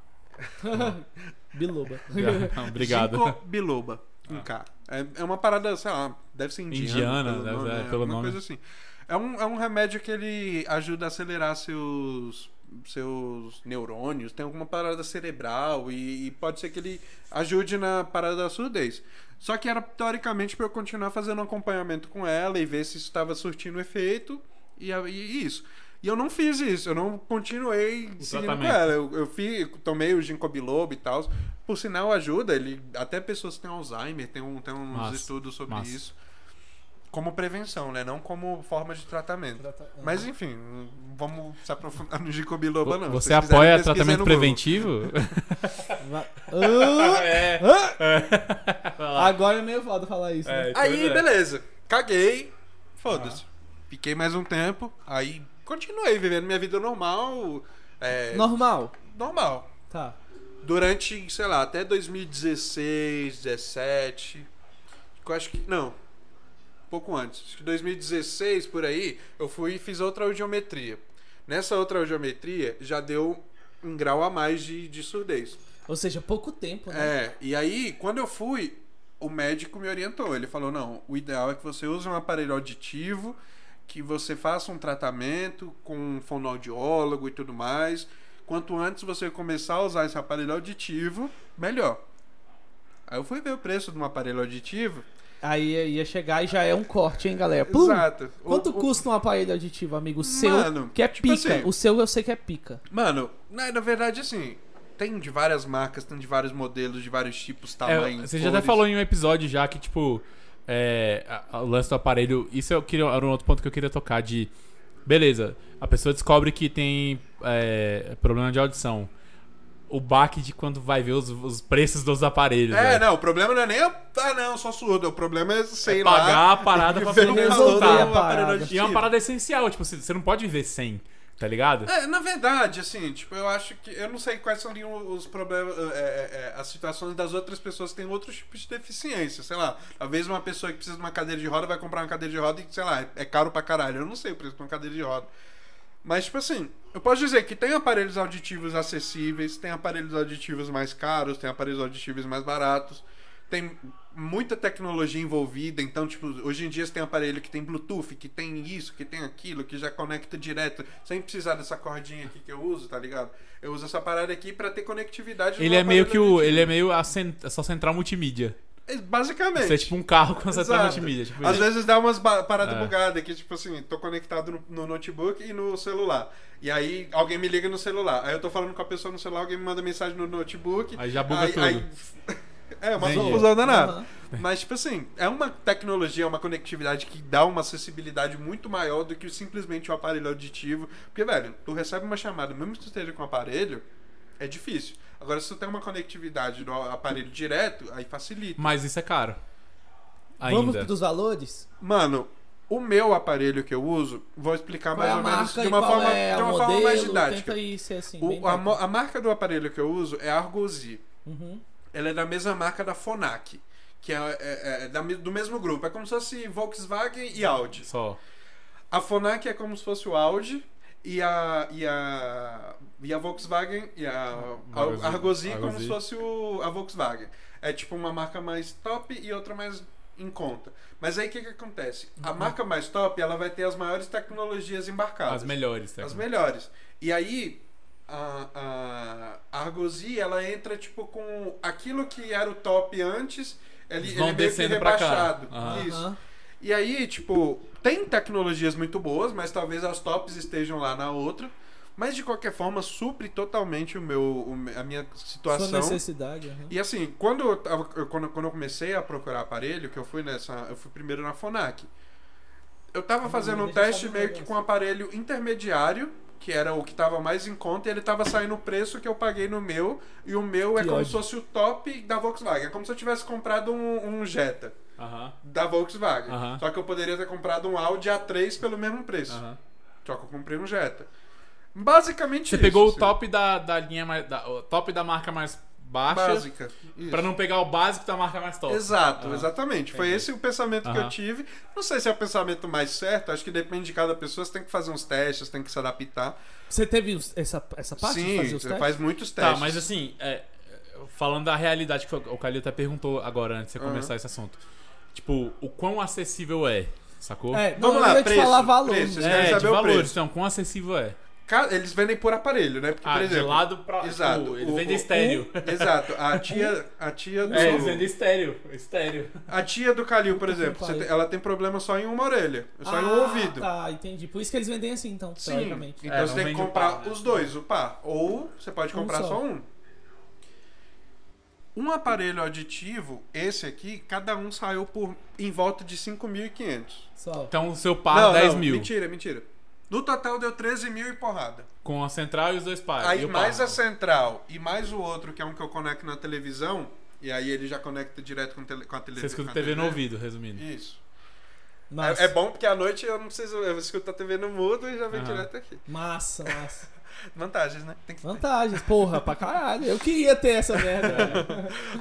Biloba.
já. obrigado.
Ginkgo biloba. Um K. É, é uma parada, sei lá, deve ser indiana.
Indiana,
pelo
deve-
nome,
é,
né?
pelo
Alguma
nome.
coisa assim. É um, é um remédio que ele ajuda a acelerar seus seus neurônios, tem alguma parada cerebral e, e pode ser que ele ajude na parada da surdez. Só que era teoricamente para eu continuar fazendo um acompanhamento com ela e ver se isso estava surtindo efeito e, a- e isso. E eu não fiz isso, eu não continuei seguindo com
tratamento.
ela. Eu, eu fi- tomei o ginkgo biloba e tal. Por sinal, ajuda. Ele, até pessoas que têm Alzheimer, tem, um, tem uns
Massa,
estudos sobre
massa.
isso. Como prevenção, né? Não como forma de tratamento. Mas enfim, não vamos se aprofundar no ginkgo biloba, não.
Você
Se vocês quiserem,
apoia
pesquisem
tratamento
no Google.
preventivo?
Va- Ah!
é. é
Agora é meio foda falar isso, né?
Aí, beleza. Caguei. Foda-se.
Ah.
Fiquei mais um tempo. Aí continuei vivendo minha vida normal. é,
Normal.
normal.
Tá.
durante, sei lá, até 2016, 17. Eu acho que. Não. Um pouco antes. Acho que 2016, por aí, eu fui e fiz outra audiometria. Nessa outra audiometria, já deu um grau a mais de, de surdez.
Ou seja, pouco tempo, né?
É, e aí, quando eu fui, o médico me orientou. Ele falou: não, o ideal é que você use um aparelho auditivo, que você faça um tratamento com um fonoaudiólogo e tudo mais. Quanto antes você começar a usar esse aparelho auditivo, melhor. Aí eu fui ver o preço de um aparelho auditivo.
Aí ia chegar e já é um corte, hein, galera? Plum!
Exato. O-
Quanto
o-
custa um aparelho auditivo, amigo? O seu,
Mano,
que é
tipo
pica.
assim-
o seu eu sei que é pica.
Mano, na, na verdade, assim, tem de várias marcas, tem de vários modelos, de vários tipos, tamanhos.
É, você já até
cores.
falou em um episódio já que, tipo, é, a- a- o lance do aparelho. Isso eu queria, era um outro ponto que eu queria tocar de. Beleza, a pessoa descobre que tem é, problema de audição. O baque de quando vai ver os, os preços dos aparelhos. né?
É, não, o problema não é nem eu. Ah, não, sou surdo. O problema é, sei
É
lá.
pagar a parada pra
ver
poder
um
resolver
valor
a
no
resultar.
parada.
aparelho
E é
auditivo.
uma parada essencial, tipo, você você não pode viver sem, tá ligado?
É, na verdade, assim, tipo, eu acho que. Eu não sei quais seriam os problemas. é, é, é, as situações das outras pessoas que têm outros tipos de deficiência. Sei lá, talvez uma pessoa que precisa de uma cadeira de roda vai comprar uma cadeira de roda e, sei lá, é- é caro pra caralho. Eu não sei o preço de uma cadeira de roda. Mas, tipo assim, eu posso dizer que tem aparelhos auditivos acessíveis, tem aparelhos auditivos mais caros, tem aparelhos auditivos mais baratos, tem muita tecnologia envolvida. Então, tipo, hoje em dia você tem aparelho que tem Bluetooth, que tem isso, que tem aquilo, que já conecta direto, sem precisar dessa cordinha aqui que eu uso, tá ligado? Eu uso essa parada aqui pra ter conectividade. no
Ele
meu
é meio
um aparelho
que o.
auditivo.
Ele é meio a, cen- a sua central multimídia.
É, Basicamente.
Você é tipo um carro com a central
Exato.
multimídia. Tipo
Às
isso.
vezes dá umas ba- paradas
É.
bugadas que, tipo assim, tô conectado no, no notebook e no celular. E aí alguém me liga no celular. Aí eu tô falando com a pessoa no celular, alguém me manda mensagem no notebook.
Aí já buga tudo.
é, uma
Entendi.
confusão danada.
Aham.
Mas, tipo assim, é uma tecnologia, é uma conectividade que dá uma acessibilidade muito maior do que simplesmente o aparelho auditivo. Porque, velho, tu recebe uma chamada, mesmo que tu esteja com o aparelho, é difícil. Agora, se tu tem uma conectividade do aparelho direto, aí facilita.
Mas isso é caro.
Vamos
Ainda.
dos valores?
Mano, o meu aparelho que eu uso, vou explicar
Qual é
mais
a
ou menos
marca
de
e
uma,
qual
forma,
é
de
o
uma
modelo?
forma mais didática.
Tenta ir ser assim,
O-
bem
a, mo-
técnico.
a marca do aparelho que eu uso é a Argosy.
Uhum.
Ela é da mesma marca da Fonac, que é, é- é da me- do mesmo grupo. É como se fosse Volkswagen e Audi.
Só.
A Fonac é como se fosse o Audi e a, e a, e a Volkswagen e a, a
Argosy.
Argosy como
Argosy.
se fosse o, a Volkswagen. É tipo uma marca mais top e outra mais em conta. Mas aí o que, que acontece? A
Uhum.
marca mais top ela vai ter as maiores tecnologias embarcadas.
As melhores. tá?
As
técnicas.
melhores. E aí, a, a- a Argosy, ela entra, tipo, com aquilo que era o top antes, ele,
Eles
ele
vão
meio que
descendo pra cá.
rebaixado.
Aham.
Isso.
Aham.
E aí, tipo, tem tecnologias muito boas, mas talvez as tops estejam lá na outra. Mas, de qualquer forma, supre totalmente o meu, o me- a minha situação.
Sua necessidade. aham.
E assim, quando eu, tava- eu- quando, quando eu comecei a procurar aparelho, que eu fui nessa. Eu fui primeiro na Fonac. Eu tava
Hum,
fazendo um
deixa eu
teste
só ver um
meio que
negócio.
com um aparelho intermediário, que era o que tava mais em conta, e ele tava saindo o preço que eu paguei no meu, e o meu é
Que
como
ódio.
se fosse o top da Volkswagen. É como se eu tivesse comprado um, um Jetta
Aham.
da Volkswagen.
Aham.
Só que eu poderia ter comprado um Audi A3 pelo mesmo preço.
aham.
Só que eu comprei um Jetta. Basicamente
Você
isso,
pegou
assim.
o top da, da linha mais. Da, o top da marca mais baixa.
assim, básica. Isso.
Pra não pegar o básico da marca mais top.
Exato,
Ah,
exatamente. Foi
entendi.
esse o pensamento que eu
Aham.
tive. Não sei se é o pensamento mais certo, acho que depende de cada pessoa, você tem que fazer uns testes, tem que se adaptar.
Você teve os- essa, essa parte de
Sim,
fazer os
você
testes?
faz muitos
Tá,
testes.
mas assim, é, falando da realidade que o Calil até perguntou agora antes de você começar esse assunto. Tipo, o quão acessível é, sacou?
É, não,
Vamos lá,
eu ia
preço,
te falar valor. né?
preço, Vocês querem
É, de
saber o
valores,
preço.
então, quão acessível é?
Ca- Eles vendem por aparelho, né? Porque,
Ah,
por
de
exemplo.
lado pra.
Exato.
Tipo, ele
O-
vende
o-
estéreo.
Exato. A tia, a tia do.
É, eles vendem estéreo. Estéreo.
A tia do Calil, por exemplo, você
pariu.
tem- ela tem problema só em uma orelha, só em um
Ah,
ouvido.
Tá, entendi. Por isso que eles vendem assim, então,
Sim.
teoricamente.
Então
É,
você
não
tem que
vende o
comprar
par, né?
os dois, o par. Ou você pode
Um
comprar só.
só.
um. Um aparelho auditivo, esse aqui, cada um saiu por em volta de 5.500.
Só.
Então o seu par,
Não,
10
não,
mil.
Mentira, mentira. No total deu 13 mil e porrada.
Com a central e os dois pares.
aí
e o
mais
par.
a central e mais o outro, que é um que eu conecto na televisão, e aí ele já conecta direto com, tele- com a
Você
televisão.
escuta TV no ouvido, resumindo.
Isso.
Massa.
É, é bom porque à noite eu não preciso. Eu escuto a TV no mudo e já vem
Aham.
direto aqui.
Massa, massa.
Vantagens, né? Tem que
Vantagens, porra, pra caralho. Eu queria ter essa merda. velho.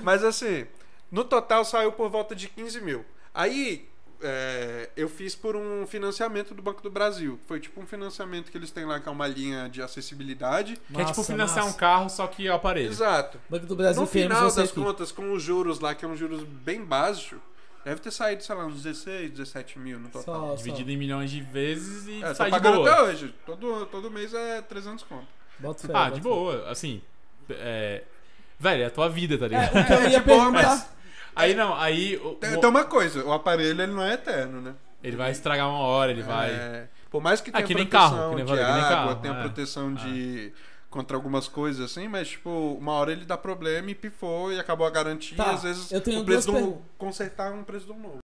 Mas assim, no total saiu por volta de 15 mil. Aí é, eu fiz por um financiamento do Banco do Brasil. Foi tipo um financiamento que eles têm lá, que é uma linha de acessibilidade.
Que é tipo
Massa,
financiar
massa.
um carro, só que ao aparelho.
Exato.
Banco do Brasil
No
temos
final
você
das
aqui.
contas, com os juros lá, que é um juros bem básico, deve ter saído, sei lá, uns 16, 17 mil no
Só,
total.
Dividido em milhões de vezes e
É, tô
sai de
pagando até
boa.
hoje. Todo, todo mês é 300 conto.
só. Bota fé,
Ah,
bota
de
fé.
boa. Assim, é... Velho, é a tua vida, tá ligado?
É, o que eu
É,
ia
de boa,
perguntar.
mas-
Aí não, aí o-
Tem,
o-
tem uma coisa, o aparelho ele não é eterno, né?
ele vai estragar uma hora, ele vai...
É, por mais que
Ah,
tenha
que nem
proteção
carro, que nem
de
vale, que nem
água,
carro,
tenha
é.
proteção de contra algumas coisas assim, mas tipo, uma hora ele dá problema e pifou e acabou a garantia,
Tá,
às vezes
eu tenho
o preço
duas
do
perguntas.
consertar é um preço do novo.